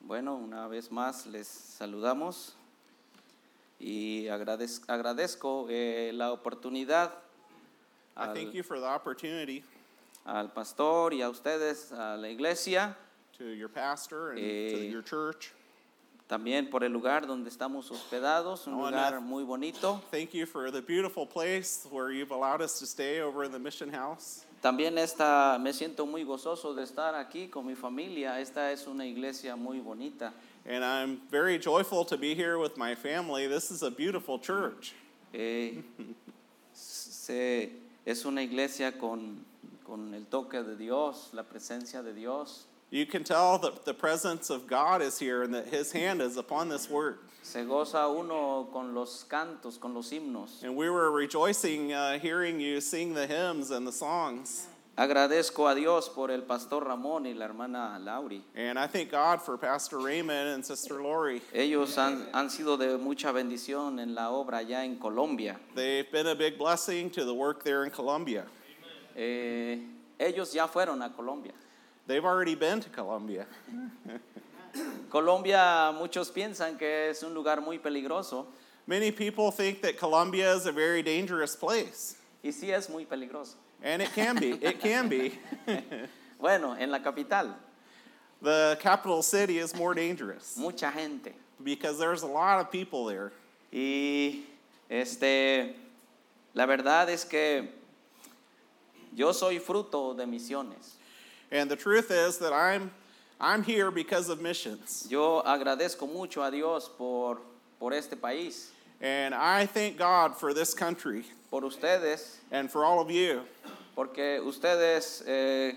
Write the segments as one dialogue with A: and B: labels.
A: Bueno, una vez más les saludamos y agradez- agradezco eh, la oportunidad
B: I thank
A: al,
B: you for the opportunity
A: al pastor y a ustedes, a la iglesia,
B: to your pastor and to
A: Eh,
B: your church.
A: también por el lugar donde estamos hospedados, un
B: No,
A: lugar
B: no.
A: muy bonito.
B: Thank you for the beautiful place where you've allowed us to stay over in the mission house.
A: También esta, me siento muy gozoso de estar aquí con mi familia. Esta es una iglesia muy bonita.
B: And I'm very joyful to be here with my family. This is a beautiful church.
A: Eh, se- es una iglesia con, con el toque de Dios, la presencia de Dios.
B: You can tell that the presence of God is here and that His hand is upon this word.
A: Se goza uno con los cantos, con los himnos.
B: And we were rejoicing uh, hearing you sing the hymns and the songs.
A: Agradezco a Dios por el pastor Ramón y la hermana Lauri.
B: And I thank God for Pastor Raymond and Sister Lori.
A: Ellos han, han sido de mucha bendición en la obra allá en Colombia.
B: They've been a big blessing to the work there in Colombia.
A: Eh, ellos ya fueron a Colombia.
B: They've already been to Colombia.
A: Colombia, muchos piensan que es un lugar muy peligroso
B: Many people think that Colombia is a very dangerous place,
A: y sí es muy peligroso.
B: and it can be. It can be.
A: Bueno, en la capital,
B: The capital city is more dangerous
A: mucha gente.
B: because there's a lot of people there.
A: Y este, la verdad es que yo soy fruto de misiones.
B: And the truth is that I'm I'm here because of missions.
A: Yo agradezco mucho a Dios por, por este país,
B: And I thank God for this country
A: por ustedes,
B: and for all of you
A: porque ustedes, eh,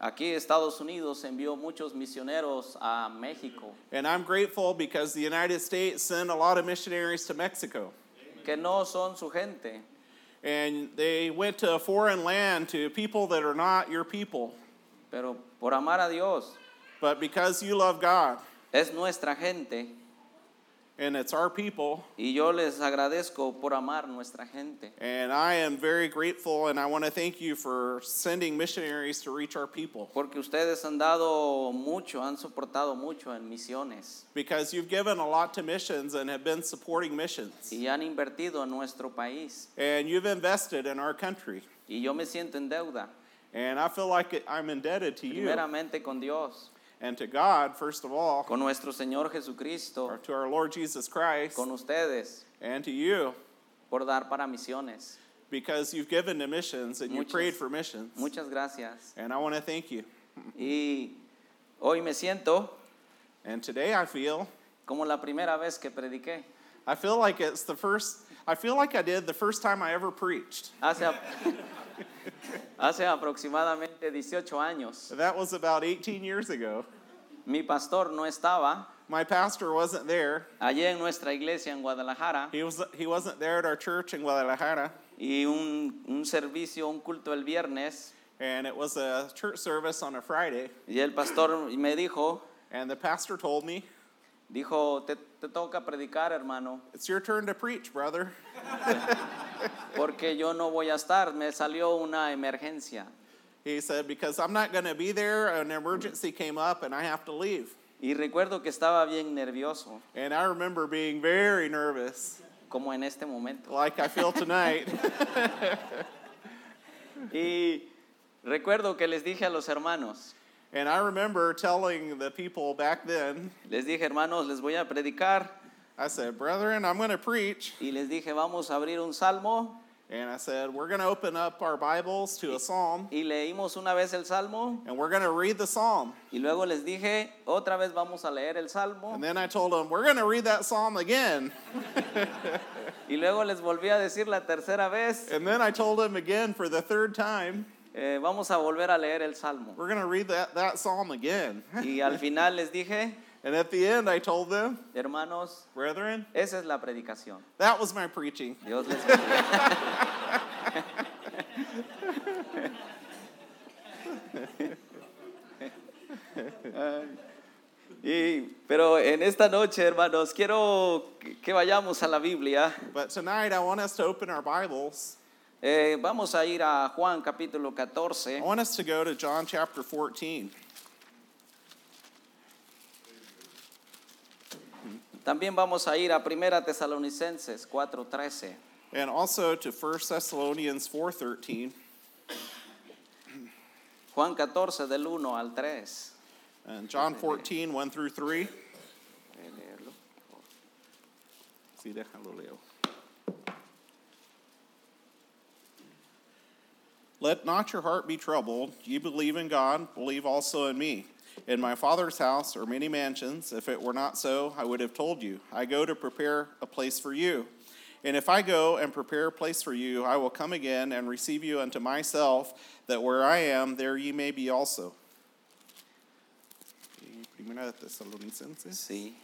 A: aquí Estados Unidos envió muchos misioneros a México,
B: and I'm grateful because the United States sent a lot of missionaries to Mexico.
A: que no son su gente,
B: And they went to a foreign land to people that are not your people.
A: pero por amar a Dios,
B: But because you love God
A: es nuestra gente.
B: and it's our people,
A: Y yo les agradezco por amar nuestra gente.
B: And I am very grateful and I want to thank you for sending missionaries to reach our people
A: Porque ustedes han dado mucho, han soportado mucho en misiones
B: because you've given a lot to missions and have been supporting missions.
A: y han invertido en nuestro país.
B: And you've invested in our country.
A: Y yo me siento en deuda,
B: And I feel like I'm indebted to you
A: primeramente con Dios,
B: and to God, first of all,
A: con nuestro Señor
B: or
A: Jesucristo,
B: to our Lord Jesus Christ,
A: con ustedes,
B: and to you
A: por dar para misiones.
B: because you've given to missions and you
A: Muchas-
B: prayed for missions.
A: Muchas gracias.
B: And I want to thank you.
A: Y hoy me siento
B: And today I feel,
A: como la primera vez que prediqué.
B: I feel like it's the first, I feel like I did the first time I ever preached.
A: Hace, ap- hace aproximadamente 18 años,
B: That was about 18 years ago.
A: mi pastor no estaba
B: My pastor wasn't there.
A: allí en nuestra iglesia en Guadalajara.
B: He was he wasn't there at our church in Guadalajara,
A: y un, un servicio, un culto el viernes.
B: and it was a church service on a Friday.
A: Y el pastor me dijo,
B: And the pastor told me,
A: dijo, te, te toca predicar, hermano,
B: "It's your turn to preach, brother,
A: porque yo no voy a estar. Me salió una emergencia.
B: He said, "Because I'm not going to be there. An emergency came up, and I have to leave."
A: Y recuerdo que estaba bien nervioso,
B: And I remember being very nervous,
A: como en este momento.
B: like I feel tonight.
A: Y recuerdo que les dije a los hermanos,
B: and I remember telling the people back then,
A: les dije, hermanos, les voy a predicar.
B: I said, "Brethren, I'm going to preach."
A: Y les dije, vamos a abrir un salmo.
B: And I said, "We're going to open up our Bibles to a psalm,
A: Y leímos una vez el salmo.
B: and we're going to read the psalm."
A: Y luego les dije, otra vez vamos a leer el salmo.
B: And then I told him, We're going to read that psalm again.
A: Y luego les volví a decir la tercera vez,
B: And then I told him again for the third time,
A: eh, vamos a volver a leer el Salmo.
B: We're going to read that, that psalm again.
A: Y al final les dije,
B: And at the end, I told them,
A: hermanos,
B: Brethren,
A: esa es la predicación.
B: that was my preaching.
A: Dios les bendiga. Y- pero en esta noche, hermanos, quiero que- que vayamos a la Biblia.
B: But tonight, I want us to open our Bibles.
A: Eh, vamos a ir a Juan capítulo 14.
B: I want us to go to John chapter 14.
A: También vamos a ir a Primera Tesalonicenses 4:13.
B: and also to 1 Thessalonians 4:13
A: Juan 14 del 1 al 3.
B: and John 14, 1 through 3.
A: Voy a leerlo.
B: Sí, déjalo leo. Let not your heart be troubled. Ye believe in God, believe also in me. In my Father's house are many mansions. If it were not so, I would have told you. I go to prepare a place for you. And if I go and prepare a place for you, I will come again and receive you unto myself, that where I am, there ye may be also. Primera Thessalonicenses
A: Sí,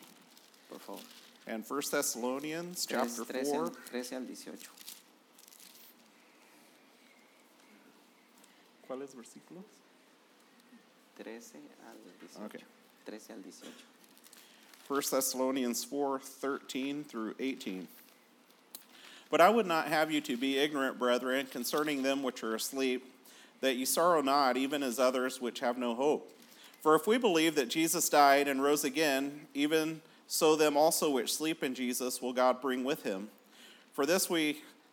A: por favor.
B: and First Thessalonians chapter
A: 13,
B: 4.
A: 13 al 18.
B: ¿Cuáles versículos?
A: 13 al 18.
B: Okay.
A: 13 al 18.
B: 1 Thessalonians 4 13 through 18. But I would not have you to be ignorant, brethren, concerning them which are asleep, that ye sorrow not, even as others which have no hope. For if we believe that Jesus died and rose again, even so them also which sleep in Jesus will God bring with him. For this we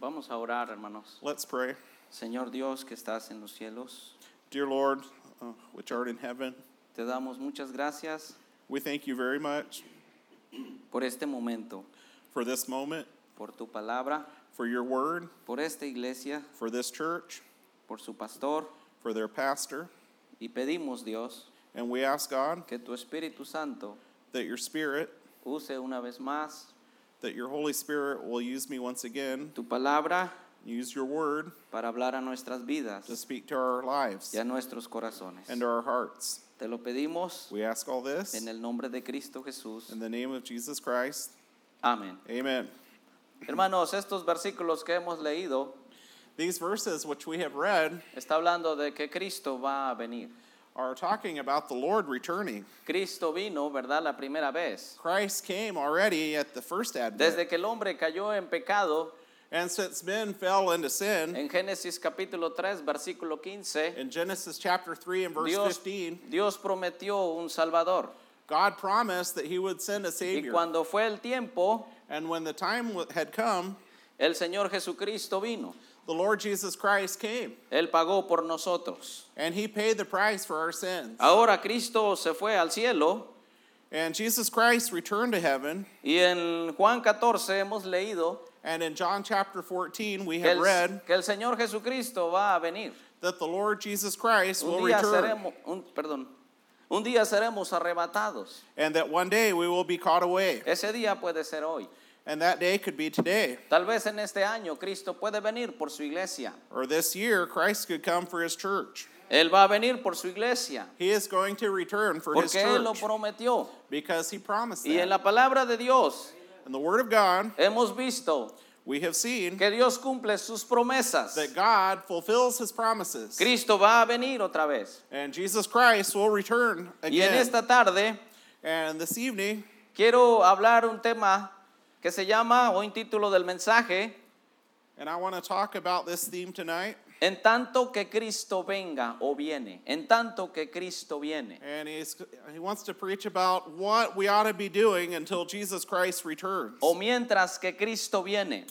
A: Vamos a orar, hermanos.
B: Let's pray.
A: Señor Dios que estás en los cielos,
B: Dear Lord, uh, which art in heaven,
A: te damos muchas gracias
B: we thank you very much
A: por este momento,
B: for this moment,
A: por tu palabra,
B: for your word,
A: por esta iglesia,
B: for this church,
A: por su pastor.
B: for their pastor.
A: Y pedimos, Dios,
B: And we ask God
A: que tu Espíritu Santo
B: that your spirit,
A: use una vez más
B: that your Holy Spirit will use me once again,
A: tu palabra
B: use your word
A: para hablar a nuestras vidas
B: to speak to our lives
A: y a nuestros corazones.
B: and to our hearts.
A: Te lo pedimos
B: We ask all this
A: en el nombre de Cristo Jesús.
B: in the name of Jesus Christ.
A: Amén.
B: Amen.
A: Hermanos, estos versículos que hemos leído
B: These verses which we have read
A: está hablando de que Cristo va a venir.
B: are talking about the Lord returning.
A: Cristo vino, ¿verdad? La primera vez.
B: Christ came already at the first advent.
A: Desde que el hombre cayó en pecado,
B: and since men fell into sin,
A: en Génesis capítulo 3, versículo 15,
B: in Genesis chapter 3 and verse
A: Dios,
B: 15,
A: Dios prometió un Salvador.
B: God promised that he would send a
A: Y
B: Savior.
A: cuando fue el tiempo,
B: and when the time w- had come,
A: el Señor Jesucristo vino.
B: the Lord Jesus Christ came.
A: Él pagó por nosotros.
B: And he paid the price for our sins.
A: Ahora Cristo se fue al cielo
B: And Jesus Christ returned to heaven.
A: y en Juan 14 hemos leído
B: And in John chapter 14, we
A: que
B: have
A: el,
B: read
A: que el Señor Jesucristo va a venir.
B: that the Lord Jesus Christ will
A: Un día
B: return
A: seremos, un- perdón, un día seremos arrebatados.
B: and that one day we will be caught away.
A: Ese día puede ser hoy.
B: And that day could be today.
A: Tal vez en este año Cristo puede venir por su iglesia.
B: Or this year, Christ could come for his church.
A: Él va a venir por su iglesia
B: He is going to return for his
A: porque Él lo
B: church
A: prometió.
B: because he promised
A: Y en
B: that.
A: la palabra de Dios
B: In the Word of God,
A: hemos visto
B: we have seen
A: que Dios cumple sus promesas.
B: that God fulfills his promises.
A: Cristo va a venir otra vez.
B: And Jesus Christ will return
A: Y en
B: again.
A: esta tarde
B: And this evening,
A: quiero hablar un tema que se llama, o un título del mensaje,
B: And I want to talk about this theme tonight.
A: En tanto que Cristo venga o viene, en tanto que Cristo viene.
B: And he's, he wants to preach about what we ought to be doing until Jesus Christ returns.
A: O mientras que Cristo viene,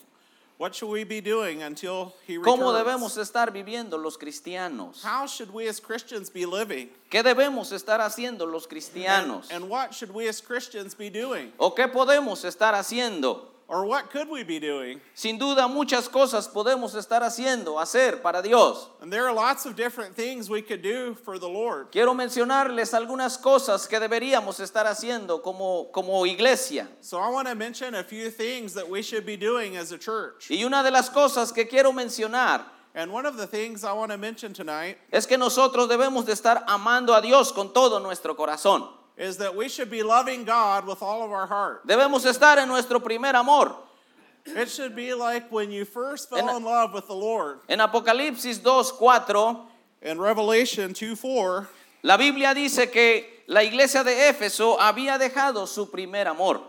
B: What should we be doing until he returns?
A: ¿cómo debemos estar viviendo los cristianos?
B: How should we as Christians be living?
A: ¿Qué debemos estar haciendo los
B: And,
A: cristianos?
B: and what should we as Christians be doing?
A: ¿O qué podemos estar haciendo?
B: Or what could we be doing?
A: Sin duda muchas cosas podemos estar haciendo, hacer para Dios.
B: And there are lots of different things we could do for the Lord.
A: Quiero mencionarles algunas cosas que deberíamos estar haciendo como, como iglesia.
B: So I want to mention a few things that we should be doing as a church.
A: Y una de las cosas que quiero mencionar
B: And one of the things I want to mention tonight
A: es que nosotros debemos de estar amando a Dios con todo nuestro corazón.
B: is that we should be loving God with all of our heart.
A: Debemos estar en nuestro primer amor.
B: It should be like when you first fell
A: And-
B: in love with the Lord.
A: En Apocalipsis 2:4,
B: In Revelation 2 4,
A: la Biblia dice que la iglesia de Éfeso había dejado su primer amor.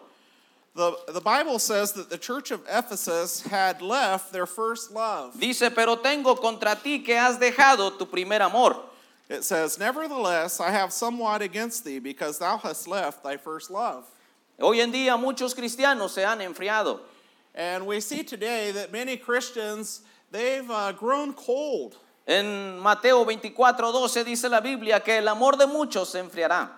B: the, the Bible says that the church of Ephesus had left their first love.
A: Dice, pero tengo contra ti que has dejado tu primer amor.
B: It says, Nevertheless, I have somewhat against thee, because thou hast left thy first love.
A: Hoy en día muchos cristianos se han enfriado.
B: And we see today that many Christians, they've uh, grown cold.
A: En Mateo 24, 12 dice la Biblia que el amor de muchos se enfriará.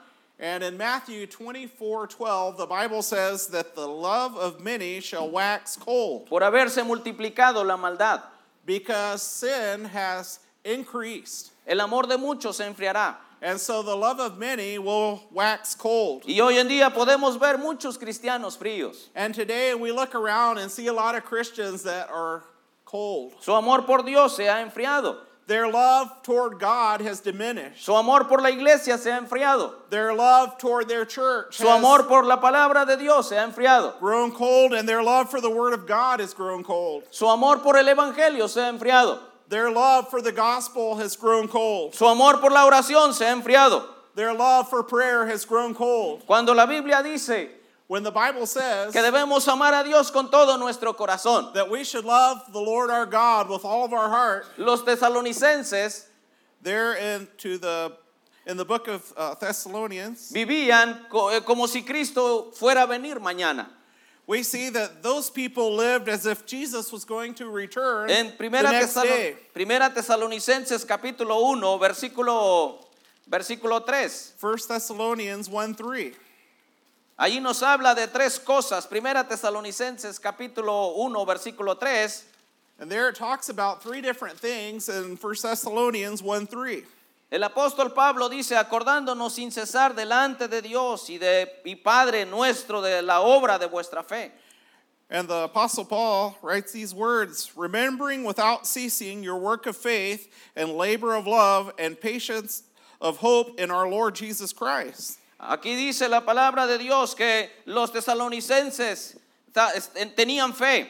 B: And in Matthew 24 12, the Bible says that the love of many shall wax cold
A: por haberse multiplicado la maldad.
B: because sin has increased.
A: El amor de muchos se enfriará.
B: And so the love of many will wax cold.
A: Y hoy en día podemos ver muchos cristianos fríos.
B: And today we look around and see a lot of Christians that are cold.
A: Su amor por Dios se ha enfriado.
B: Their love toward God has diminished.
A: Su amor por la iglesia se ha enfriado.
B: Their love toward their church
A: Su
B: has
A: amor por la palabra de Dios se ha enfriado.
B: grown cold, and their love for the Word of God has grown cold.
A: Su amor por el evangelio se ha enfriado.
B: Their love for the gospel has grown cold.
A: Su amor por la oración se ha enfriado.
B: Their love for prayer has grown cold.
A: Cuando la Biblia dice
B: When the Bible says
A: que debemos amar a Dios con todo nuestro corazón,
B: that we should love the Lord our God with all of our heart,
A: los tesalonicenses
B: there in to the in the book of uh, Thessalonians,
A: vivían co- eh, como si Cristo fuera a venir mañana.
B: we see that those people lived as if Jesus was going to return
A: En
B: the
A: primera,
B: next
A: Tesalo-
B: day.
A: Primera Tesalonicenses capítulo 1, versículo, versículo 3.
B: 1 Thessalonians 1 3.
A: Allí nos habla de tres cosas. Primera Tesalonicenses capítulo 1, versículo 3.
B: And there it talks about three different things in 1 Thessalonians 1 3.
A: El apóstol Pablo dice, acordándonos sin cesar delante de Dios y de y Padre nuestro de la obra de vuestra fe.
B: And the Apostle Paul writes these words Remembering without ceasing your work of faith and labor of love and patience of hope in our Lord Jesus Christ.
A: Aquí dice la palabra de Dios que los tesalonicenses ta- est- tenían fe.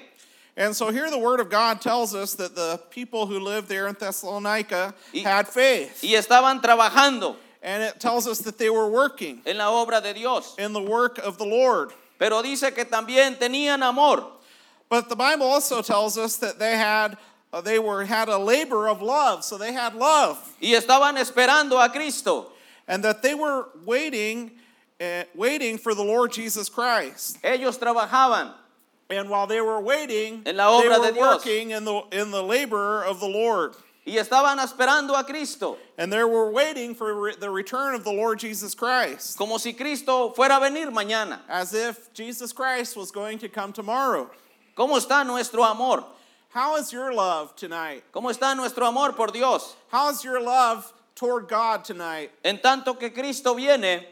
B: And so here the Word of God tells us that the people who lived there in Thessalonica
A: Y-
B: had faith.
A: Y estaban trabajando
B: And it tells us that they were working
A: en la obra de Dios.
B: in the work of the Lord.
A: Pero dice que también tenían amor.
B: But the Bible also tells us that they had uh, they were had a labor of love, so they had love.
A: Y estaban esperando a Cristo.
B: and that they were waiting uh, waiting for the Lord Jesus Christ.
A: Ellos trabajaban.
B: And while they were waiting,
A: En la obra
B: they
A: de
B: were
A: Dios.
B: working in the in the labor of the Lord.
A: Y estaban esperando a Cristo.
B: And they were waiting for re- the return of the Lord Jesus Christ,
A: Como si Cristo fuera a venir mañana.
B: as if Jesus Christ was going to come tomorrow.
A: ¿Cómo está nuestro amor?
B: How is your love tonight?
A: ¿Cómo está nuestro amor por Dios?
B: How is your love toward God tonight?
A: En tanto que Cristo viene,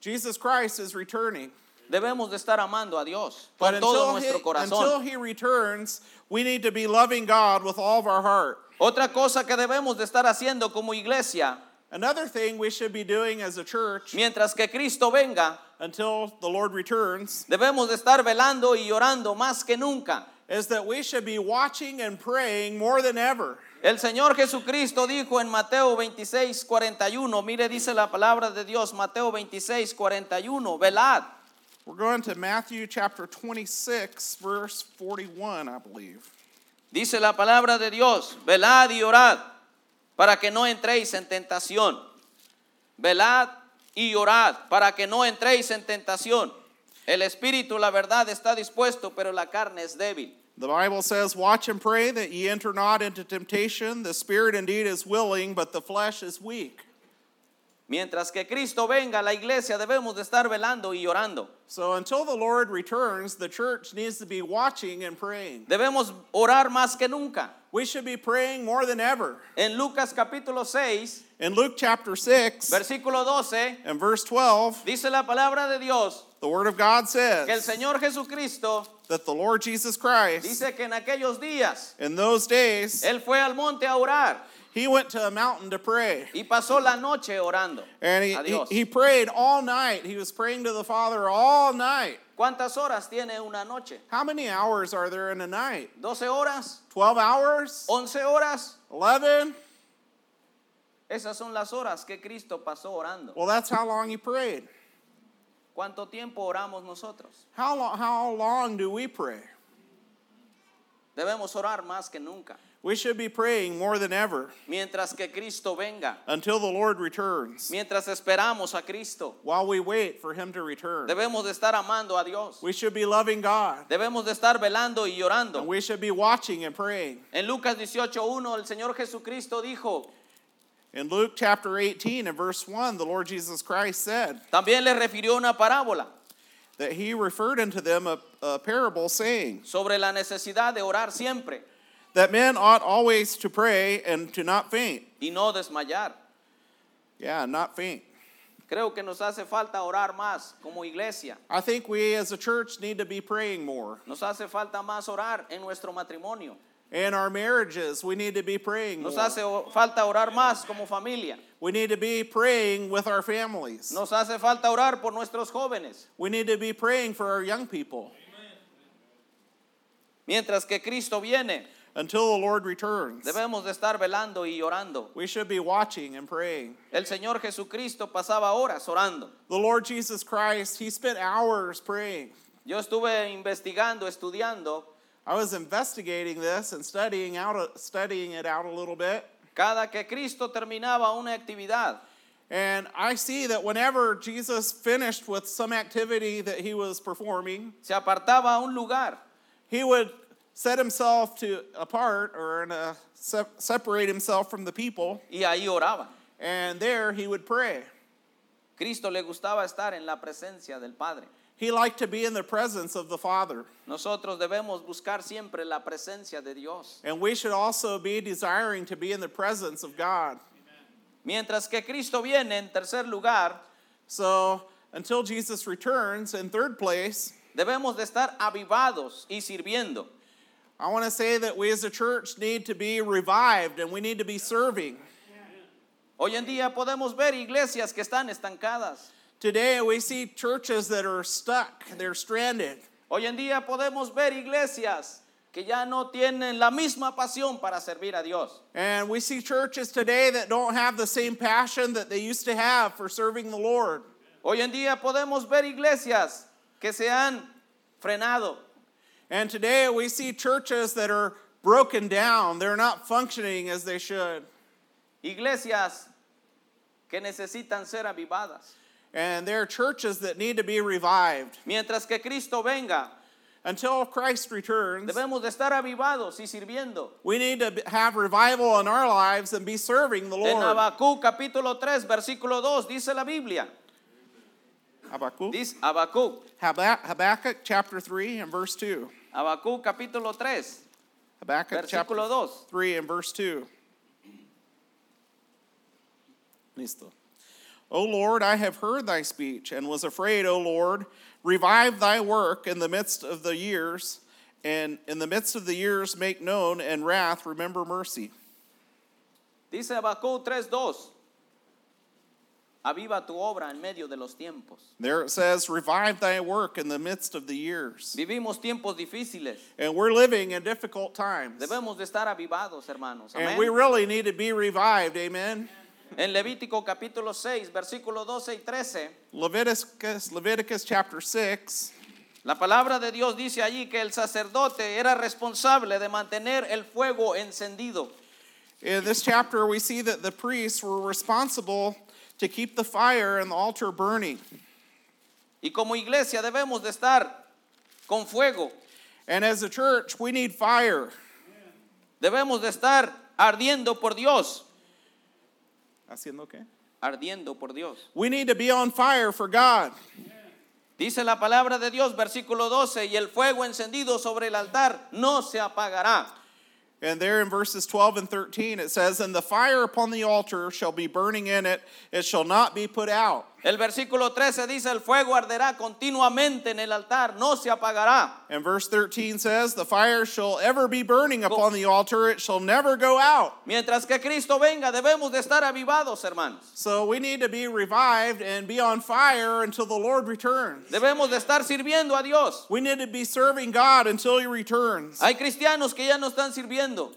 B: Jesus Christ is returning.
A: debemos de estar amando a Dios
B: But
A: con todo
B: until he,
A: nuestro
B: until
A: corazón.
B: he returns, we need to be loving God with all of our heart.
A: Otra cosa que debemos de estar haciendo como iglesia,
B: Another thing we should be doing as a church
A: mientras que Cristo venga,
B: until the Lord returns
A: debemos de estar velando y orando más que nunca.
B: is that we should be watching and praying more than ever.
A: El Señor Jesucristo dijo en Mateo 26, 41, mire, dice la palabra de Dios, Mateo 26, 41, velad.
B: We're going to Matthew chapter 26, verse 41, I believe.
A: Dice la palabra de Dios, velad y orad para que no entréis en tentación. Velad y orad para que no entréis en tentación. El espíritu, la verdad, está dispuesto, pero la carne es débil.
B: The Bible says, Watch and pray that ye enter not into temptation. The spirit indeed is willing, but the flesh is weak.
A: Mientras que Cristo venga a la iglesia, debemos de estar velando y orando.
B: So until the Lord returns, the church needs to be watching and praying.
A: Debemos orar más que nunca.
B: We should be praying more than ever.
A: En Lucas capítulo 6,
B: In Luke chapter 6
A: Versículo 12
B: and verse 12,
A: dice la palabra de Dios
B: the Word of God says,
A: que el Señor Jesucristo
B: that the Lord Jesus Christ
A: dice que en aquellos días
B: in those days
A: Él fue al monte a orar
B: He went to a mountain to pray.
A: y pasó la noche orando
B: And he,
A: a
B: he,
A: Dios.
B: he prayed all night. He was praying to the Father all night.
A: ¿Cuántas horas tiene una noche?
B: How many hours are there in a night?
A: ¿12 horas?
B: 12 hours?
A: ¿11 horas?
B: 11?
A: Esas son las horas que Cristo pasó orando.
B: Well, that's how long he prayed.
A: ¿Cuánto tiempo oramos nosotros?
B: How long, how long do we pray?
A: Debemos orar más que nunca.
B: We should be praying more than ever
A: Mientras que Cristo venga,
B: until the Lord returns.
A: mientras esperamos a Cristo,
B: While we wait for him to return,
A: debemos de estar amando a Dios.
B: we should be loving God.
A: Debemos de estar velando y
B: And
A: orando.
B: we should be watching and praying.
A: En Lucas 18:1 el Señor Jesucristo dijo,
B: In Luke chapter 18 and verse 1, the Lord Jesus Christ said
A: también le refirió una parábola
B: that he referred unto them a, a parable saying,
A: sobre la necesidad de orar siempre
B: that men ought always to pray and to not faint.
A: y no desmayar.
B: Yeah, not faint.
A: Creo que nos hace falta orar más como iglesia.
B: I think we as a church need to be praying more.
A: Nos hace falta más orar en nuestro matrimonio.
B: In our marriages, we need to be praying
A: Nos
B: more.
A: hace o- falta orar más como familia.
B: We need to be praying with our families.
A: Nos hace falta orar por nuestros jóvenes.
B: We need to be praying for our young people
A: Mientras que Cristo viene,
B: until the Lord returns.
A: debemos de estar velando y orando.
B: We should be watching and praying.
A: El Señor Jesucristo pasaba horas orando.
B: The Lord Jesus Christ, he spent hours praying.
A: Yo estuve investigando, estudiando
B: I was investigating this and studying out a, studying it out a little bit.
A: cada que Cristo terminaba una actividad.
B: And I see that whenever Jesus finished with some activity that he was performing,
A: Se apartaba a un lugar
B: he would set himself to apart or in a, sep- separate himself from the people,
A: y ahí oraba.
B: and there he would pray.
A: Cristo le gustaba estar en la presencia del Padre.
B: He liked to be in the presence of the Father,
A: Nosotros debemos buscar siempre la presencia de Dios.
B: and we should also be desiring to be in the presence of God.
A: Mientras que Cristo viene en tercer lugar,
B: So until Jesus returns, in third place,
A: debemos de estar avivados y sirviendo.
B: I want to say that we as a church need to be revived and we need to be serving.
A: Hoy en día podemos ver iglesias que están estancadas.
B: Today we see churches that are stuck, they're stranded.
A: Hoy en día podemos ver iglesias que ya no tienen la misma pasión para servir a Dios.
B: And we see churches today that don't have the same passion that they used to have for serving the Lord.
A: Hoy en día podemos ver iglesias que se han frenado.
B: And today we see churches that are broken down, they're not functioning as they should.
A: Iglesias que necesitan ser avivadas.
B: And there are churches that need to be revived.
A: Mientras que Cristo venga,
B: Until Christ returns,
A: debemos de estar avivados y sirviendo.
B: we need to have revival in our lives and be serving the
A: En
B: Lord.
A: Habacuc capítulo 3, versículo 2 dice la Biblia.
B: Habakkuk.
A: Dice Habacuc,
B: Haba- Habakkuk chapter 3 and verse 2.
A: Habacuc capítulo 3,
B: Habakkuk chapter
A: versículo 2.
B: 3 and verse 2. Listo. O Lord, I have heard thy speech and was afraid, O Lord. Revive thy work in the midst of the years, and in the midst of the years make known, and wrath remember mercy.
A: Dice Habacuc 3, 2. Aviva tu obra en medio de los tiempos.
B: There it says, Revive thy work in the midst of the years.
A: Vivimos tiempos difíciles.
B: And we're living in difficult times.
A: Debemos de estar avivados, hermanos.
B: And
A: Amén.
B: we really need to be revived, amen.
A: En Levítico capítulo 6, versículo 12 y 13,
B: Leviticus, Leviticus chapter 6,
A: la palabra de Dios dice allí que el sacerdote era responsable de mantener el fuego encendido.
B: In this chapter, we see that the priests were responsible to keep the fire and the altar burning.
A: Y como iglesia debemos de estar con fuego,
B: And as a church, we need fire.
A: debemos de estar ardiendo por Dios,
B: Haciendo qué?
A: ardiendo por Dios.
B: We need to be on fire for God.
A: Dice la palabra de Dios, versículo 12, y el fuego encendido sobre el altar no se apagará.
B: And there in verses 12 and 13, it says, And the fire upon the altar shall be burning in it, it shall not be put out.
A: El versículo 13 dice, el fuego arderá continuamente en el altar, no se apagará.
B: And verse 13 says, The fire shall ever be burning upon the altar, it shall never go out.
A: Mientras que Cristo venga, debemos de estar avivados, hermanos.
B: So we need to be revived and be on fire until the Lord returns.
A: Debemos de estar sirviendo a Dios.
B: We need to be serving God until He returns.
A: Hay cristianos que ya no están sirviendo,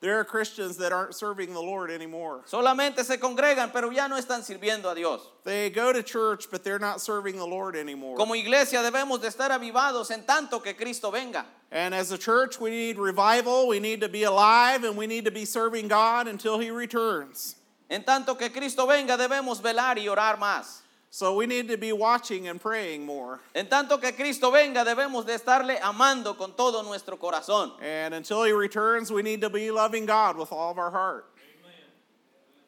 B: There are Christians that aren't serving the Lord anymore.
A: solamente se congregan, pero ya no están sirviendo a Dios.
B: They go to church, but they're not serving the Lord anymore.
A: Como iglesia debemos de estar avivados en tanto que Cristo venga.
B: And as a church, we need revival, we need to be alive, and we need to be serving God until He returns.
A: En tanto que Cristo venga, debemos velar y orar más.
B: So we need to be watching and praying more.
A: En tanto que Cristo venga, debemos de estarle amando con todo nuestro corazón.
B: And until he returns, we need to be loving God with all of our heart.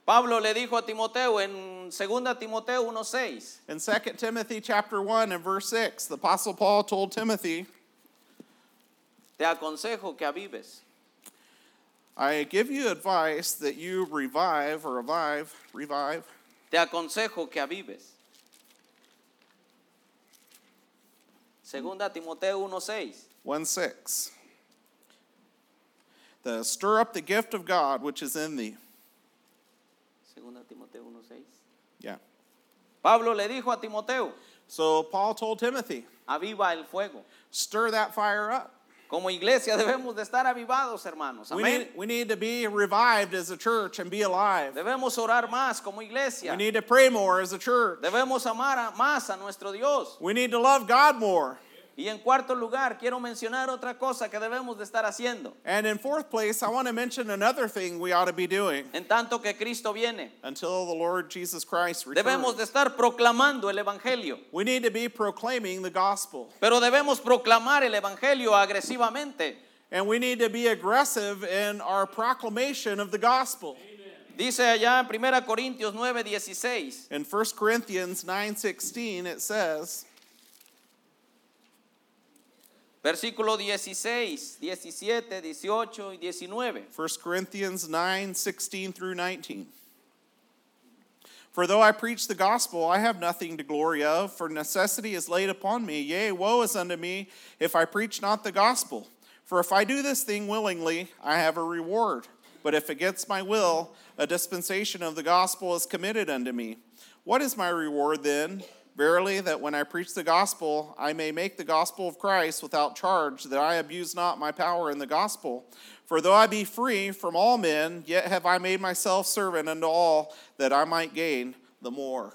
A: Pablo le dijo a Timoteo en 2 Timoteo 1:6,
B: In 2 Timothy chapter 1 and verse 6, the apostle Paul told Timothy,
A: te aconsejo que avives.
B: "I give you advice that you revive or revive, revive
A: Te aconsejo que avives. Segunda Timoteo 1:6.
B: 1 6. The stir up the gift of God which is in thee."
A: Segunda Timoteo 1:6.
B: Yeah.
A: Pablo le dijo a Timoteo,
B: So Paul told Timothy,
A: aviva el fuego.
B: "Stir that fire up."
A: Como iglesia debemos de estar avivados, hermanos.
B: We
A: Amén.
B: need, we need to be revived as a church and be alive.
A: Debemos orar más como iglesia.
B: We need to pray more as a church.
A: Debemos amar a- más a nuestro Dios.
B: We need to love God more.
A: Y en cuarto lugar, quiero mencionar otra cosa que debemos de estar haciendo.
B: And in fourth place, I want to mention another thing we ought to be doing
A: En tanto que Cristo viene,
B: until the Lord Jesus Christ
A: debemos de
B: returns.
A: estar proclamando el Evangelio.
B: We need to be proclaiming the gospel,
A: Pero debemos proclamar el Evangelio agresivamente.
B: and we need to be aggressive in our proclamation of the gospel.
A: Dice allá en 1 Corintios 9, 16.
B: In 1 Corinthians 9:16 it says,
A: Versículo 16, 17, 18 y 19.
B: 1 Corinthians 9 16 through 19. For though I preach the gospel, I have nothing to glory of, for necessity is laid upon me. Yea, woe is unto me if I preach not the gospel. For if I do this thing willingly, I have a reward. But if against my will, a dispensation of the gospel is committed unto me. What is my reward then? Verily, that when I preach the gospel, I may make the gospel of Christ without charge, that I abuse not my power in the gospel. For though I be free from all men, yet have I made myself servant unto all, that I might gain the more.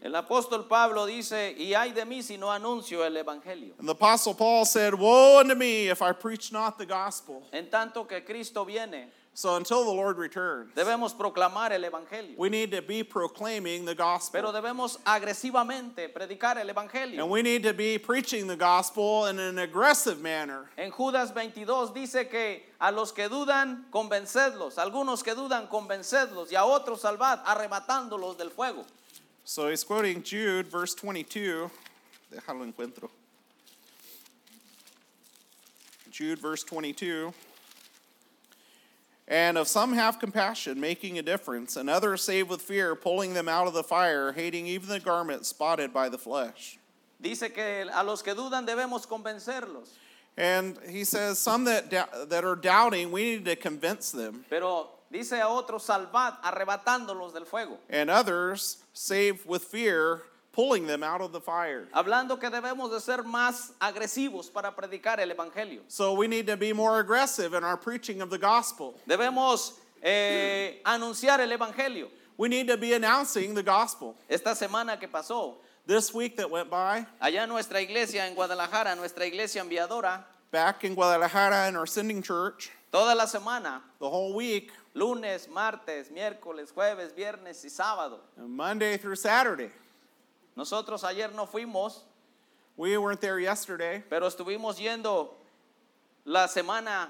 A: El apóstol Pablo dice, y ay de mí si no anuncio el Evangelio.
B: And the Apostle Paul said, Woe unto me if I preach not the gospel.
A: En tanto que Cristo viene,
B: So until the Lord returns,
A: debemos proclamar el Evangelio.
B: we need to be proclaiming the
A: Pero
B: gospel.
A: debemos agresivamente predicar el
B: And
A: Evangelio.
B: we need to be preaching the gospel in an aggressive manner.
A: En Judas 22 dice que a los que dudan, convencedlos. A algunos que dudan, convencedlos. Y a otros salvad, arrebatándolos del fuego.
B: So he's quoting Jude, verse 22. Déjalo encuentro. Jude, verse 22. And of some have compassion, making a difference, and others save with fear, pulling them out of the fire, hating even the garment spotted by the flesh.
A: Dice que a los que dudan debemos convencerlos.
B: And he says, Some that, dou- that are doubting, we need to convince them,
A: Pero dice a otros, salvad arrebatándolos del fuego.
B: and others save with fear, pulling them out of the fire.
A: Hablando que debemos de ser más agresivos para predicar el Evangelio.
B: So we need to be more aggressive in our preaching of the gospel.
A: Debemos eh, anunciar el Evangelio.
B: We need to be announcing the gospel.
A: Esta semana que pasó,
B: This week that went by,
A: allá en nuestra iglesia en Guadalajara, nuestra iglesia enviadora,
B: back in Guadalajara in our sending church,
A: toda la semana,
B: the whole week,
A: lunes, martes, miércoles, jueves, viernes y sábado.
B: Monday through Saturday.
A: Nosotros ayer no fuimos,
B: We weren't there yesterday,
A: pero estuvimos yendo la semana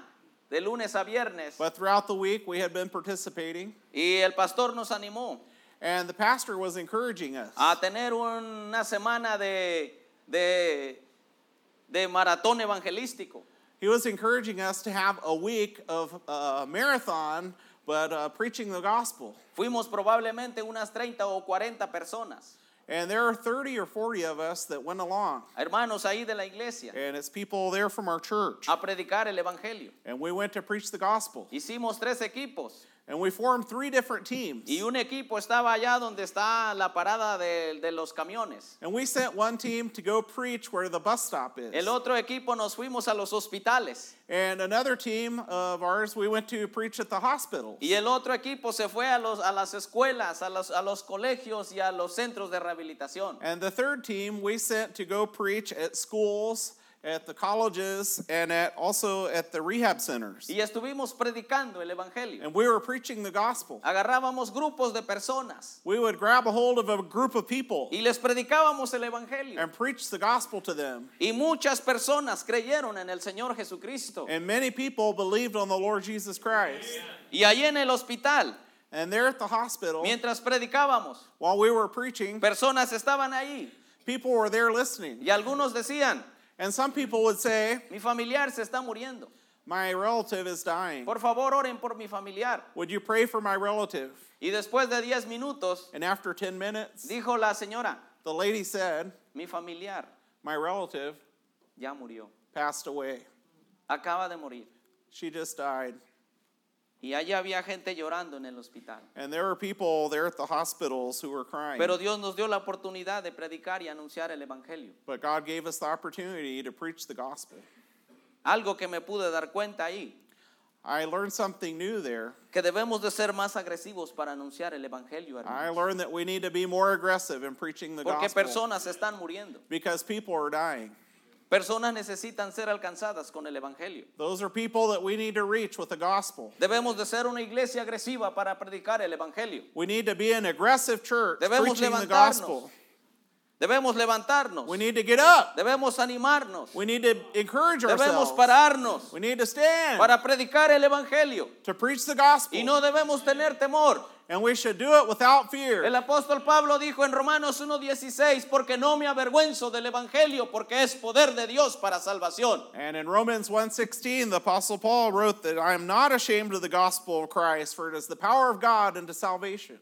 A: de lunes a viernes.
B: but throughout the week we had been participating,
A: Y el pastor nos animó
B: and the pastor was encouraging us
A: a tener una semana de, de, de maratón evangelístico.
B: He was encouraging us to have a week of uh, marathon, but uh, preaching the gospel.
A: Fuimos probablemente unas 30 o 40 personas.
B: And there are 30 or 40 of us that went along.
A: hermanos ahí de la iglesia,
B: And it's people there from our church.
A: a predicar el Evangelio.
B: And we went to preach the gospel.
A: Hicimos tres equipos
B: And we formed three different teams.
A: y un equipo estaba allá donde está la parada de, de los camiones.
B: And we sent one team to go preach where the bus stop is.
A: El otro equipo nos fuimos a los hospitales
B: And another team of ours, we went to preach at the hospital.
A: y el otro equipo se fue a, los, a las escuelas, a los, a los colegios y a los centros de rehabilitación.
B: And the third team, we sent to go preach at schools, at the colleges, and at also at the rehab centers.
A: Y estuvimos predicando el Evangelio.
B: And we were preaching the gospel.
A: Agarrábamos grupos de personas
B: We would grab a hold of a group of people
A: y les predicábamos el Evangelio.
B: and preach the gospel to them.
A: Y muchas personas creyeron en el Señor Jesucristo.
B: And many people believed on the Lord Jesus Christ.
A: Y ahí en el hospital,
B: And there at the hospital,
A: mientras predicábamos,
B: while we were preaching,
A: personas estaban ahí
B: people were there listening.
A: y algunos decían,
B: And some people would say,
A: mi familiar se está muriendo.
B: My relative is dying.
A: Por favor, oren por mi familiar.
B: Would you pray for my relative?
A: Y después de 10 minutos,
B: And after 10 minutes,
A: dijo la señora,
B: the lady said,
A: mi familiar
B: My relative
A: ya murió,
B: passed away.
A: acaba de morir.
B: She just died.
A: Y allá había gente llorando en el hospital.
B: And there were people there at the hospitals who were crying.
A: Pero Dios nos dio la oportunidad de predicar y anunciar el Evangelio.
B: But God gave us the opportunity to preach the gospel.
A: Algo que me pude dar cuenta ahí,
B: I learned something new there.
A: que debemos de ser más agresivos para anunciar el Evangelio,
B: I
A: hermanos.
B: learned that we need to be more aggressive in preaching the
A: Porque
B: gospel
A: personas están muriendo.
B: because people are dying.
A: Personas necesitan ser alcanzadas con el Evangelio.
B: Those are people that we need to reach with the gospel.
A: Debemos de ser una iglesia agresiva para predicar el Evangelio.
B: We need to be an aggressive church
A: Debemos
B: preaching the
A: levantarnos.
B: gospel.
A: Debemos levantarnos.
B: We need to get up.
A: Debemos animarnos.
B: We need to encourage ourselves.
A: Debemos pararnos
B: We need to stand
A: para predicar el Evangelio.
B: to preach the gospel.
A: Y no debemos tener temor.
B: and we should do it without fear.
A: El apóstol Pablo dijo en Romanos 1.16, porque no me avergüenzo del Evangelio, porque es poder de Dios para salvación.
B: And in Romans 1:16, the apostle Paul wrote that I am not ashamed of the gospel of Christ, for it is the power of God unto salvation.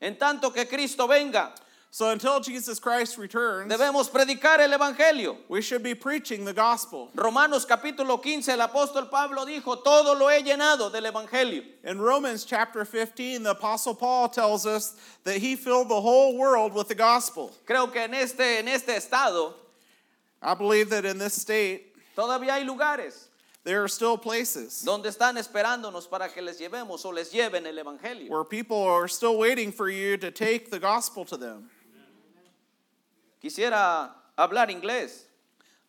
A: En tanto que Cristo venga,
B: So until Jesus Christ returns,
A: debemos predicar el Evangelio.
B: we should be preaching the gospel.
A: Romanos capítulo 15, el apóstol Pablo dijo, todo lo he llenado del Evangelio.
B: In Romans chapter 15, the apostle Paul tells us that he filled the whole world with the gospel.
A: Creo que en este, en este estado
B: I believe that in this state
A: todavía hay lugares
B: there are still places
A: donde están esperándonos para que les llevemos o les lleven el Evangelio.
B: where people are still waiting for you to take the gospel to them.
A: Quisiera hablar inglés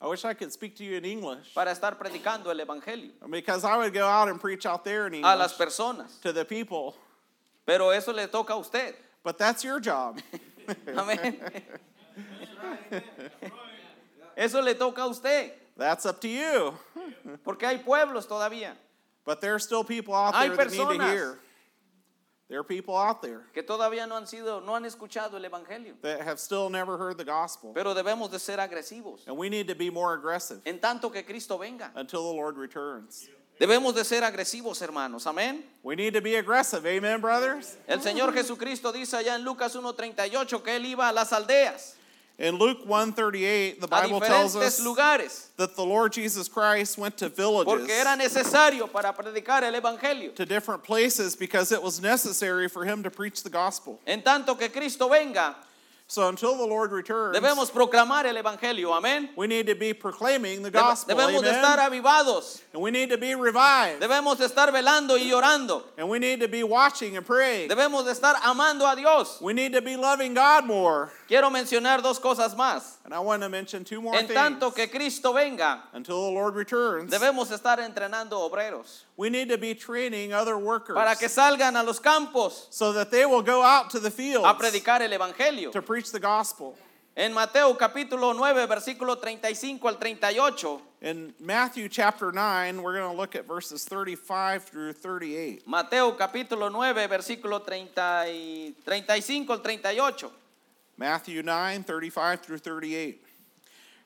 B: I wish I could speak to you in English
A: para estar predicando el Evangelio
B: because I would go out and preach out there in
A: a las
B: English
A: personas,
B: to the people.
A: pero eso le toca a usted.
B: But that's your job.
A: Amén. Eso le toca a usted,
B: That's up to you.
A: porque hay pueblos todavía
B: But there are still people out
A: Hay
B: there that need to
A: personas.
B: hear. There are people out there
A: que todavía no han sido, no han escuchado el evangelio,
B: that have still never heard the gospel.
A: pero debemos de ser agresivos.
B: And we need to be more aggressive
A: En tanto que Cristo venga,
B: until the Lord returns.
A: debemos de ser agresivos, hermanos. Amén.
B: We need to be aggressive. Amen, brothers?
A: El Señor Jesucristo dice allá en Lucas 1:38 que él iba a las aldeas,
B: In Luke 138, the
A: a
B: Bible tells
A: diferentes
B: us
A: lugares,
B: that the Lord Jesus Christ went to
A: porque era
B: villages,
A: necesario para predicar el evangelio.
B: to different places because it was necessary for him to preach the gospel.
A: En tanto que Cristo venga,
B: So until the Lord returns,
A: debemos proclamar el evangelio. Amén.
B: we need to be proclaiming the
A: Deb-
B: gospel.
A: Debemos de
B: Amen?
A: estar avivados,
B: And we need to be revived.
A: debemos de estar velando y orando,
B: And we need to be watching and praying.
A: debemos de estar amando a Dios.
B: We need to be loving God more.
A: Quiero mencionar dos cosas más.
B: And I want to mention two more
A: En
B: things.
A: tanto que Cristo venga,
B: Until the Lord returns,
A: debemos estar entrenando obreros
B: we need to be training other workers
A: para que salgan a los campos
B: so that they will go out to the fields
A: a predicar el Evangelio.
B: to preach the gospel.
A: En Mateo capítulo 9, versículo 35 al 38,
B: In Matthew chapter 9, we're going to look at verses 35 through 38.
A: Mateo capítulo 9, versículo 30 y 35 al 38.
B: Matthew 9, 35 through 38.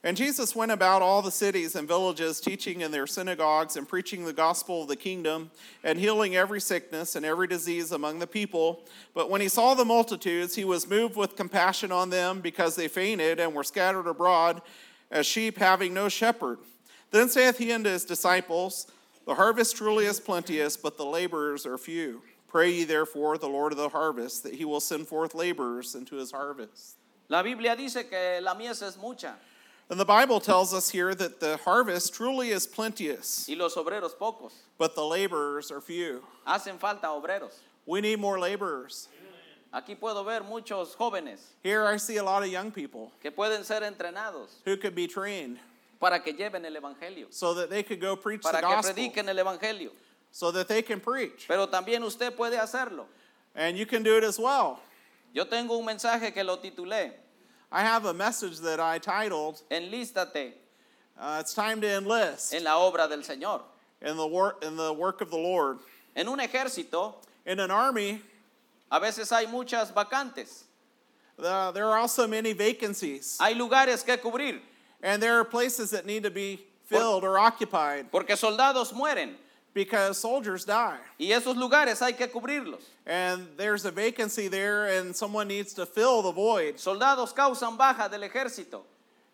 B: And Jesus went about all the cities and villages, teaching in their synagogues and preaching the gospel of the kingdom and healing every sickness and every disease among the people. But when he saw the multitudes, he was moved with compassion on them because they fainted and were scattered abroad as sheep having no shepherd. Then saith he unto his disciples, The harvest truly is plenteous, but the laborers are few. Pray ye therefore the Lord of the harvest that he will send forth laborers into his harvest.
A: La Biblia dice que la mies es mucha
B: And the Bible tells us here that the harvest truly is plenteous,
A: y los obreros pocos.
B: but the laborers are few.
A: Hacen falta obreros.
B: We need more laborers.
A: Aquí puedo ver muchos jóvenes
B: Here I see a lot of young people
A: que pueden ser entrenados
B: who could be trained
A: para que lleven el Evangelio,
B: so that they could go preach the
A: para que
B: gospel,
A: prediquen el Evangelio.
B: so that they can preach.
A: Pero también usted puede hacerlo.
B: And you can do it as well.
A: Yo tengo un mensaje que lo titulé,
B: I have a message that I titled,
A: Enlístate
B: uh, It's Time to Enlist
A: en la obra del Señor.
B: in the, wor- in the Work of the Lord.
A: En un ejército
B: In an army,
A: a veces hay muchas vacantes,
B: uh, there are also many vacancies,
A: hay lugares que cubrir,
B: and there are places that need to be filled or occupied
A: porque soldados mueren
B: because soldiers die.
A: y esos lugares hay que cubrirlos.
B: And there's a vacancy there, and someone needs to fill the void.
A: Soldados causan baja del ejército.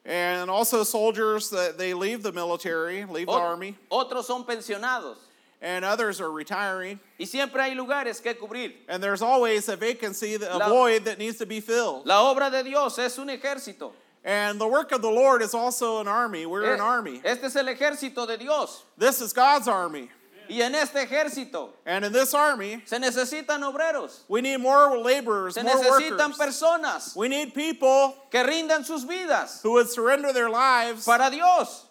B: And also, soldiers that they leave the military, leave the
A: Ot-
B: army,
A: Otros son pensionados
B: and others are retiring.
A: y siempre hay lugares que cubrir.
B: And there's always a vacancy, that- a
A: La-
B: void that needs to be filled.
A: La obra de Dios es un ejército.
B: And the work of the Lord is also an army. We're an
A: Eh,
B: army.
A: Este es el ejército de Dios.
B: This is God's army.
A: Y en este ejército
B: And in this army,
A: se necesitan obreros,
B: we need more laborers,
A: se
B: more
A: necesitan
B: workers.
A: personas
B: We need people
A: que rindan sus vidas
B: who would surrender their lives
A: para Dios,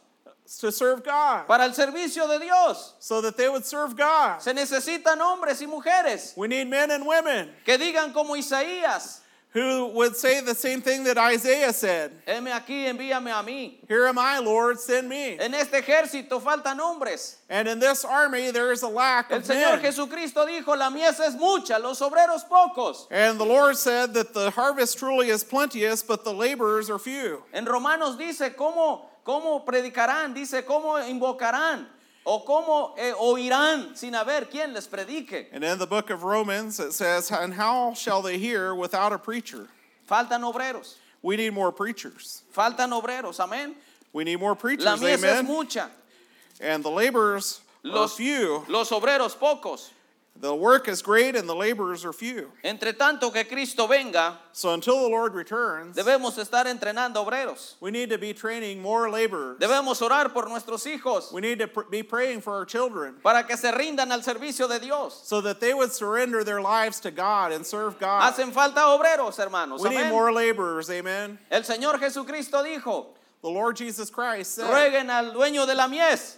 B: to serve God,
A: para el servicio de Dios.
B: so that they would serve God.
A: Se necesitan hombres y mujeres
B: We need men and women
A: que digan como Isaías,
B: who would say the same thing that Isaiah said
A: heme aquí, envíame a mí.
B: Here am I, Lord, send me.
A: En este ejército faltan hombres.
B: And in this army, there is a lack
A: El
B: of
A: Señor
B: men.
A: Jesucristo dijo, la mies es mucha, los obreros pocos.
B: And the Lord said that the harvest truly is plenteous, but the laborers are few.
A: En Romanos dice cómo, cómo predicarán, dice cómo invocarán o cómo eh, oirán sin haber quien les predique.
B: And in the book of Romans, it says, And how shall they hear without a preacher?
A: Faltan obreros,
B: We need more preachers.
A: faltan obreros, amén.
B: We need more preachers,
A: La mies es
B: amen.
A: mucha,
B: And the laborers are
A: Los-
B: few.
A: los obreros pocos.
B: The work is great, and the laborers are few.
A: Entre tanto que Cristo venga,
B: So until the Lord returns,
A: debemos estar entrenando obreros.
B: we need to be training more laborers.
A: Debemos orar por nuestros hijos
B: We need to pr- be praying for our children
A: para que se rindan al servicio de Dios.
B: so that they would surrender their lives to God and serve God.
A: Hacen falta obreros, hermanos.
B: We need
A: amén.
B: more laborers, amen.
A: El Señor Jesucristo dijo,
B: The Lord Jesus Christ said
A: rueguen al dueño de la mies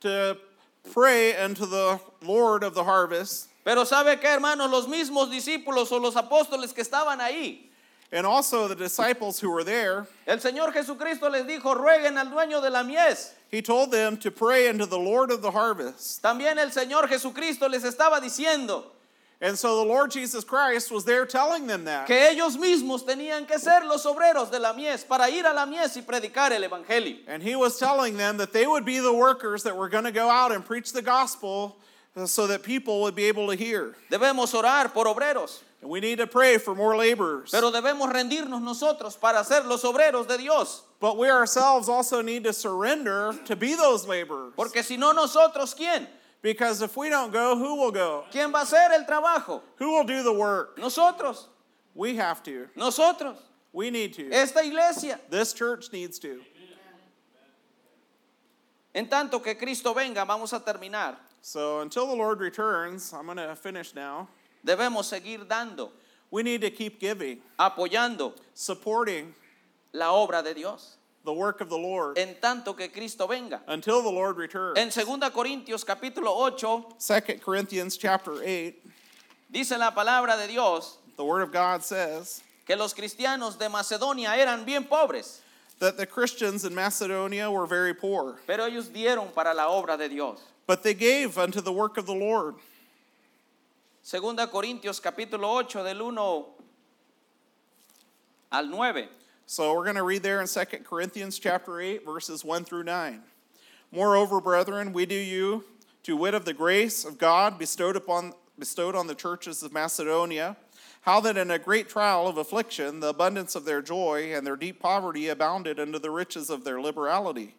B: to pray unto the Lord of the harvest.
A: Pero sabe que hermanos, los mismos discípulos o los apóstoles que estaban ahí,
B: And also the disciples who were there,
A: el Señor Jesucristo les dijo, rueguen al dueño de la mies.
B: he told them to pray unto the Lord of the harvest.
A: También el Señor Jesucristo les estaba diciendo
B: And so the Lord Jesus Christ was there telling them that.
A: que ellos mismos tenían que ser los obreros de la mies para ir a la mies y predicar el Evangelio.
B: And he was telling them that they would be the workers that were going to go out and preach the gospel uh, so that people would be able to hear.
A: Debemos orar por obreros,
B: And we need to pray for more laborers.
A: pero debemos rendirnos nosotros para ser los obreros de Dios.
B: But we ourselves also need to surrender to be those laborers.
A: Porque si no nosotros, ¿quién?
B: Because if we don't go, who will go?
A: ¿Quién va a hacer el trabajo?
B: Who will do the work?
A: Nosotros,
B: We have to.
A: nosotros,
B: We need to.
A: esta iglesia.
B: This church needs to.
A: En tanto que Cristo venga, vamos a terminar.
B: So until the Lord returns, I'm going to finish now.
A: Debemos seguir dando,
B: We need to keep giving,
A: apoyando
B: supporting
A: la obra de Dios.
B: the work of the Lord
A: En tanto que Cristo venga.
B: until the Lord returns.
A: En 2 Corintios capítulo 8
B: Second Corinthians chapter 8,
A: dice la palabra de Dios
B: the word of God says
A: que los cristianos de Macedonia eran bien pobres,
B: that the Christians in Macedonia were very poor,
A: pero ellos dieron para la obra de Dios.
B: but they gave unto the work of the Lord.
A: 2 Corintios capítulo 8 del 1 al 9.
B: So we're going to read there in 2 Corinthians chapter 8 verses 1 through 9. Moreover, brethren, we do you to wit of the grace of God bestowed upon bestowed on the churches of Macedonia, how that in a great trial of affliction the abundance of their joy and their deep poverty abounded unto the riches of their liberality.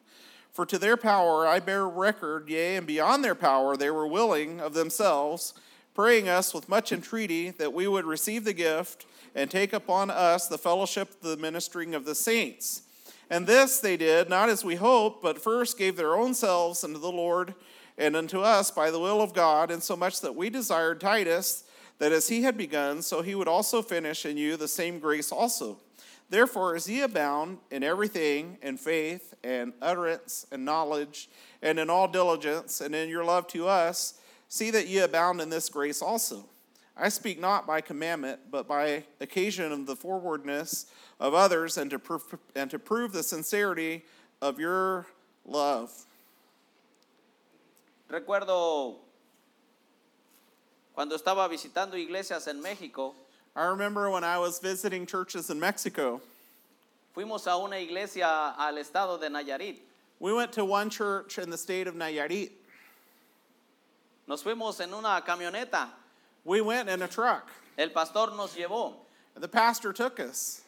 B: For to their power I bear record, yea, and beyond their power they were willing of themselves, praying us with much entreaty that we would receive the gift and take upon us the fellowship of the ministering of the saints. And this they did, not as we hoped, but first gave their own selves unto the Lord and unto us by the will of God, insomuch that we desired Titus that as he had begun, so he would also finish in you the same grace also. Therefore, as ye abound in everything, in faith and utterance and knowledge, and in all diligence, and in your love to us, see that ye abound in this grace also. I speak not by commandment, but by occasion of the forwardness of others, and to, prov- and to prove the sincerity of your love.
A: Recuerdo cuando estaba visitando iglesias en México,
B: I remember when I was visiting churches in Mexico,
A: fuimos a una iglesia al estado de Nayarit.
B: we went to one church in the state of Nayarit.
A: Nos fuimos en una camioneta.
B: We went in a truck.
A: El pastor nos llevó
B: The pastor took us,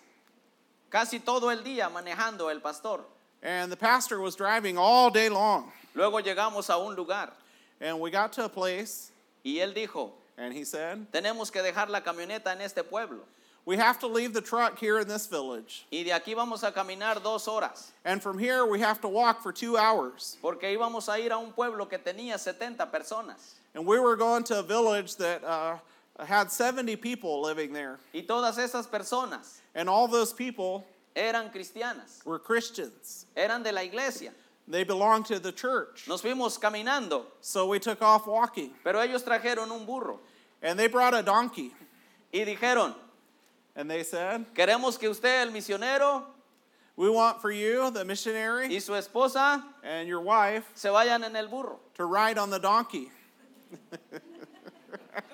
A: casi todo el día manejando el pastor.
B: and the pastor was driving all day long.
A: Luego llegamos a un lugar
B: And we got to a place,
A: y él dijo,
B: and he said,
A: tenemos que dejar la camioneta en este pueblo
B: We have to leave the truck here in this village.
A: y de aquí vamos a caminar dos horas
B: And from here, we have to walk for two hours.
A: porque íbamos a ir a un pueblo que tenía 70 personas
B: And we were going to a village that uh, had 70 people living there.
A: y todas esas personas
B: And all those people
A: eran cristianas,
B: were Christians,
A: eran de la iglesia.
B: they belonged to the church.
A: Nos fuimos caminando,
B: So we took off walking.
A: pero ellos trajeron un burro
B: And they brought a donkey.
A: y dijeron,
B: And they said,
A: queremos que usted, el misionero,
B: We want for you, the missionary,
A: y su esposa
B: and your wife
A: se vayan en el burro.
B: to ride on the donkey.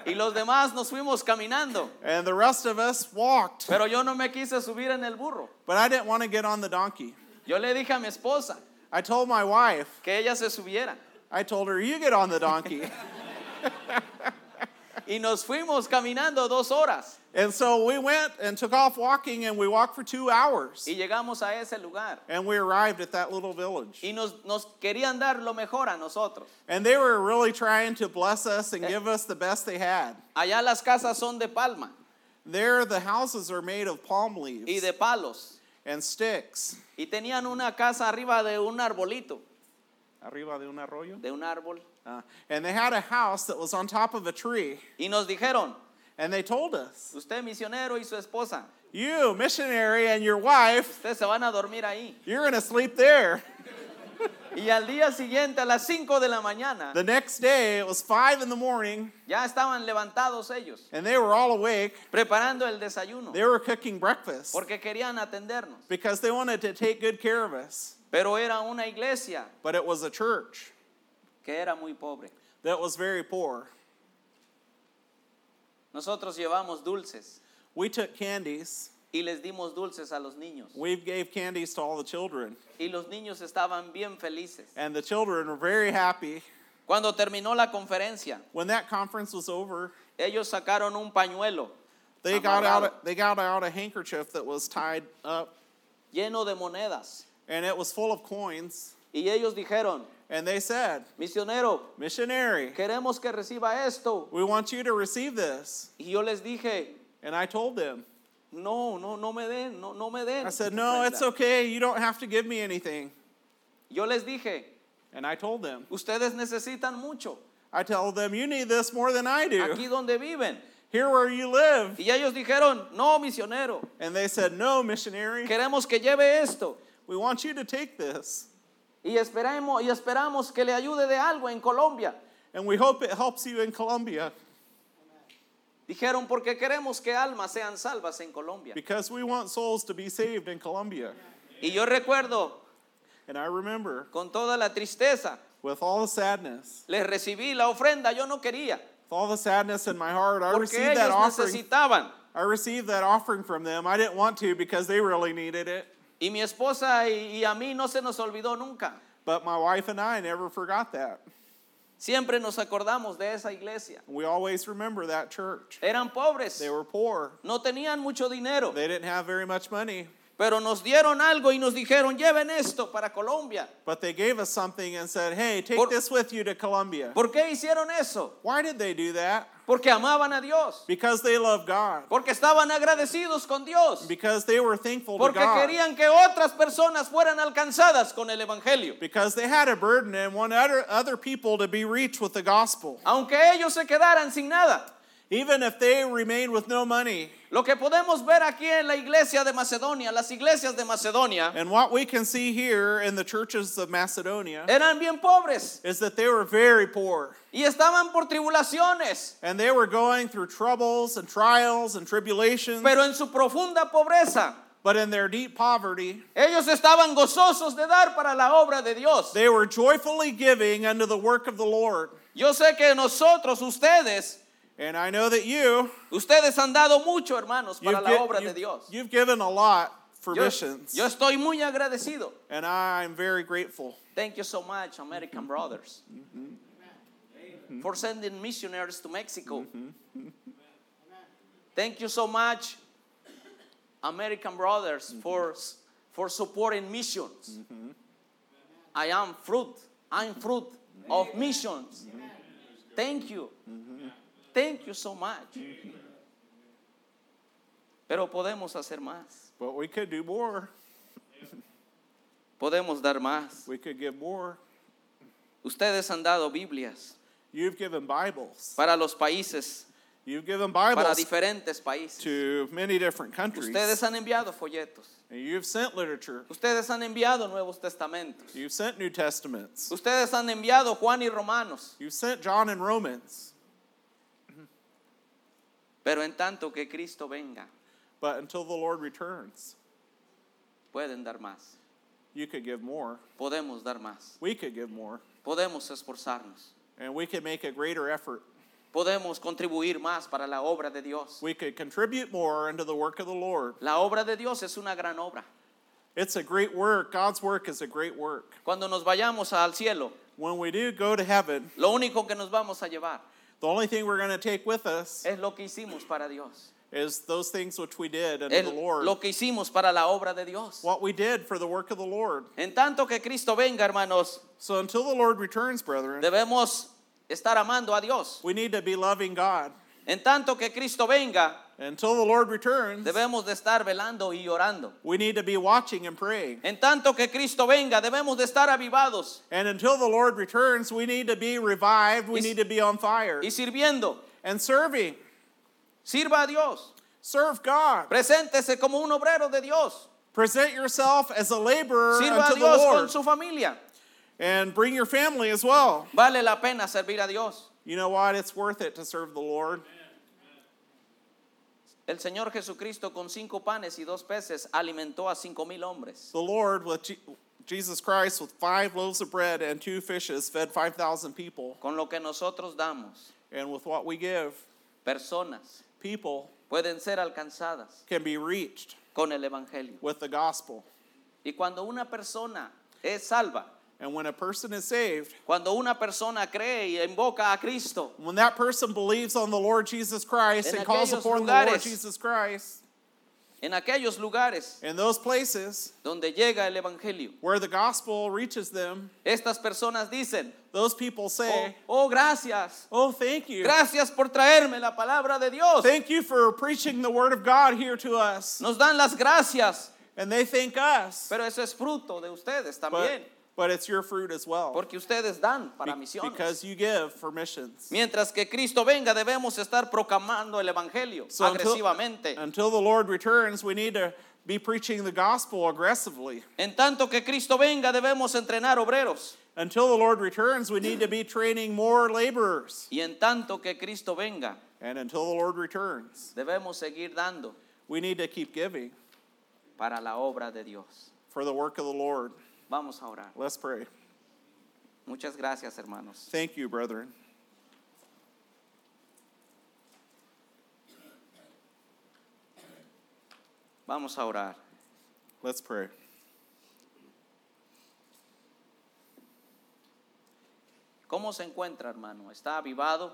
A: Y los demás nos fuimos caminando,
B: And the rest of us walked.
A: pero yo no me quise subir en el burro.
B: But I didn't want to get on the donkey.
A: Yo le dije a mi esposa
B: I told my wife,
A: que ella se subiera.
B: I told her, You get on the donkey.
A: Y nos fuimos caminando dos horas
B: and so we went and took off walking, and we walked for two hours.
A: y llegamos a ese lugar.
B: And we arrived at that little village.
A: Y nos, nos querían dar lo mejor a nosotros.
B: And they were really trying to bless us
A: Eh.
B: and give us the best they had.
A: Allá las casas son de palma
B: There, the houses are made of palm
A: y
B: leaves
A: de palos.
B: and sticks.
A: Y tenían una casa arriba de un arbolito,
B: Arriba de un arroyo.
A: de un árbol.
B: Uh, and they had a house that was on top of a tree.
A: Y nos dijeron,
B: And they told us,
A: usted misionero y su esposa,
B: You, missionary, and your wife,
A: ustedes se van a dormir ahí.
B: you're going to sleep there.
A: Y al día siguiente, a las 5 de la mañana,
B: The next day, it was five in the morning,
A: ya estaban levantados ellos,
B: and they were all awake.
A: preparando el desayuno,
B: They were cooking breakfast
A: porque querían atendernos.
B: because they wanted to take good care of us.
A: Pero era una iglesia
B: But it was a church
A: que era muy pobre.
B: that was very poor.
A: Nosotros llevamos dulces
B: We took candies.
A: y les dimos dulces a los niños.
B: We gave candies to all the children,
A: Y los niños estaban bien felices.
B: and the children were very happy.
A: Cuando terminó la conferencia,
B: When that conference was over,
A: ellos sacaron un pañuelo
B: they got out
A: Amarrado.
B: a, they got out a handkerchief that was tied up,
A: lleno de monedas
B: and it was full of coins.
A: y ellos dijeron,
B: And they said,
A: misionero,
B: "Missionary,
A: queremos que reciba esto.
B: we want you to receive this."
A: Y yo les dije,
B: And I told them,
A: no, no, no me den, no, no me den.
B: I said, "No, it's okay. You don't have to give me anything."
A: Yo les dije,
B: And I told them,
A: ustedes necesitan mucho
B: I tell them, "You need this more than I
A: aquí
B: do.
A: donde viven.
B: Here where you live."
A: Y ellos dijeron, no, misionero,
B: And they said, "No, missionary.
A: queremos que lleve esto.
B: We want you to take this,
A: Y esperamos, y esperamos que le ayude de algo en Colombia.
B: and we hope it helps you in Colombia
A: Dijeron, porque queremos que almas sean salvas en Colombia.
B: because we want souls to be saved in Colombia."
A: Y yo recuerdo,
B: And I remember
A: con toda la tristeza,
B: with all the sadness,
A: les recibí la ofrenda, yo no quería,
B: with all the sadness in my heart, I
A: porque
B: received that
A: ellos
B: offering.
A: necesitaban.
B: I received that offering from them. I didn't want to because they really needed it.
A: Y mi esposa y, y a mí no se nos olvidó nunca.
B: But my wife and I never forgot that.
A: Siempre nos acordamos de esa iglesia.
B: We always remember that church.
A: Eran pobres,
B: They were poor,
A: no tenían mucho dinero,
B: they didn't have very much money,
A: pero nos dieron algo y nos dijeron, lleven esto para Colombia.
B: but they gave us something and said, hey, take
A: Por-
B: this with you to Colombia.
A: ¿Por qué hicieron eso?
B: Why did they do that?
A: Porque amaban a Dios,
B: Because they love God,
A: porque estaban agradecidos con Dios,
B: because they were thankful to
A: porque
B: God.
A: querían que otras personas fueran alcanzadas con el Evangelio.
B: because they had a burden and want other, other people to be reached with the gospel.
A: Aunque ellos se quedaran sin nada.
B: Even if they remained with no money.
A: Lo que podemos ver aquí en la iglesia de Macedonia, las iglesias de Macedonia,
B: And what we can see here in the churches of Macedonia
A: eran bien pobres
B: is that they were very poor.
A: y estaban por tribulaciones,
B: And they were going through troubles and trials and tribulations.
A: pero en su profunda pobreza
B: But in their deep poverty,
A: Ellos estaban gozosos de dar para la obra de Dios.
B: they were joyfully giving unto the work of the Lord.
A: Yo sé que nosotros, ustedes,
B: And I know that you,
A: ustedes han dado mucho, hermanos, para
B: you've,
A: la
B: gi-
A: obra de
B: you've-
A: Dios.
B: you've given a lot for
A: Yo,
B: missions.
A: yo estoy muy agradecido.
B: And I'm very grateful.
A: Thank you so much, American brothers, for sending missionaries to Mexico. Thank you so much, American brothers, for, for supporting missions. I am fruit. I'm fruit of missions. Thank you. Thank you so much. Pero podemos hacer más.
B: But we could do more.
A: Podemos dar más.
B: We could give more.
A: Ustedes han dado Biblias.
B: You've given Bibles.
A: para los países,
B: You've given
A: para
B: Bibles
A: diferentes países.
B: to many different countries.
A: Ustedes han enviado folletos,
B: And you've sent literature.
A: ustedes han enviado Nuevos Testamentos,
B: You've sent New Testaments.
A: ustedes han enviado Juan y Romanos,
B: You've sent John and Romans.
A: pero en tanto que Cristo venga,
B: But until the Lord returns,
A: pueden dar más,
B: you could give more.
A: podemos dar más,
B: We could give more.
A: podemos esforzarnos,
B: And we could make a greater effort.
A: podemos contribuir más para la obra de Dios.
B: We could contribute more into the work of the Lord.
A: La obra de Dios es una gran obra.
B: It's a great work. God's work is a great work.
A: Cuando nos vayamos al cielo,
B: When we do go to heaven,
A: lo único que nos vamos a llevar
B: the only thing we're going to take with us
A: es lo que hicimos para Dios,
B: is those things which we did unto
A: es
B: the Lord.
A: lo que hicimos para la obra de Dios.
B: what we did for the work of the Lord.
A: En tanto que Cristo venga, hermanos,
B: So until the Lord returns, brethren,
A: debemos estar amando a Dios.
B: we need to be loving God.
A: En tanto que Cristo venga,
B: Until the Lord returns,
A: debemos de estar velando y orando.
B: we need to be watching and praying.
A: En tanto que Cristo venga, debemos de estar avivados
B: And until the Lord returns, we need to be revived. We
A: Y-
B: need to be on fire
A: y sirviendo.
B: and serving.
A: Sirva a Dios.
B: Serve God.
A: Preséntese como un obrero de Dios.
B: Present yourself as a laborer
A: Sirva a
B: unto the
A: Dios con
B: Lord
A: su familia.
B: and bring your family as well.
A: Vale la pena servir a Dios.
B: You know what? It's worth it to serve the Lord.
A: El Señor Jesucristo con cinco panes y dos peces alimentó a cinco mil hombres.
B: The Lord with Je- Jesus Christ with five loaves of bread and two fishes fed 5,000 people.
A: Con lo que nosotros damos,
B: And with what we give,
A: personas
B: people
A: pueden ser alcanzadas
B: can be reached
A: con el Evangelio.
B: with the gospel.
A: Y cuando una persona es salva,
B: And when a person is saved,
A: cuando una persona cree y invoca a Cristo,
B: when that person believes on the Lord Jesus Christ
A: En
B: and calls
A: aquellos
B: upon the Lord
A: lugares.
B: Jesus Christ,
A: en aquellos lugares
B: in those places
A: donde llega el Evangelio,
B: where the gospel reaches them,
A: estas personas dicen,
B: those people
A: oh,
B: say,
A: oh, gracias,
B: Oh, thank you.
A: gracias por traerme la palabra de Dios.
B: Thank you for preaching the word of God here to us.
A: Nos dan las gracias,
B: And they thank us.
A: pero eso es fruto de ustedes
B: But,
A: también,
B: but it's your fruit as well.
A: porque ustedes dan
B: Be-
A: para misiones.
B: Because you give for missions.
A: Mientras que Cristo venga, debemos estar proclamando el Evangelio
B: So until-
A: agresivamente.
B: Until the Lord returns, we need to be preaching the gospel aggressively.
A: En tanto que Cristo venga, debemos entrenar obreros.
B: Until the Lord returns, we need to be training more laborers.
A: Y en tanto que Cristo venga,
B: And until the Lord returns,
A: debemos seguir dando
B: we need to keep giving
A: para la obra de Dios.
B: for the work of the Lord.
A: Vamos a orar.
B: Let's pray.
A: Muchas gracias, hermanos.
B: Thank you, brethren.
A: Vamos a orar.
B: Let's pray.
A: ¿Cómo se encuentra, hermano? ¿Está avivado?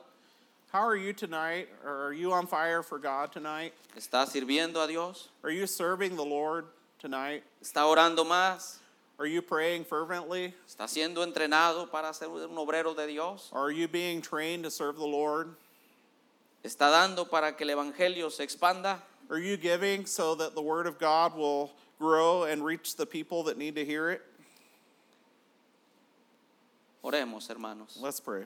B: How are you tonight? Are you on fire for God tonight?
A: ¿Está sirviendo a Dios?
B: Are you serving the Lord tonight?
A: ¿Está orando más?
B: Are you praying fervently?
A: ¿Está siendo entrenado para ser un obrero de Dios?
B: Are you being trained to serve the Lord?
A: ¿Está dando para que el Evangelio se expanda?
B: Are you giving so that the Word of God will grow and reach the people that need to hear it?
A: Oremos, hermanos.
B: Let's pray.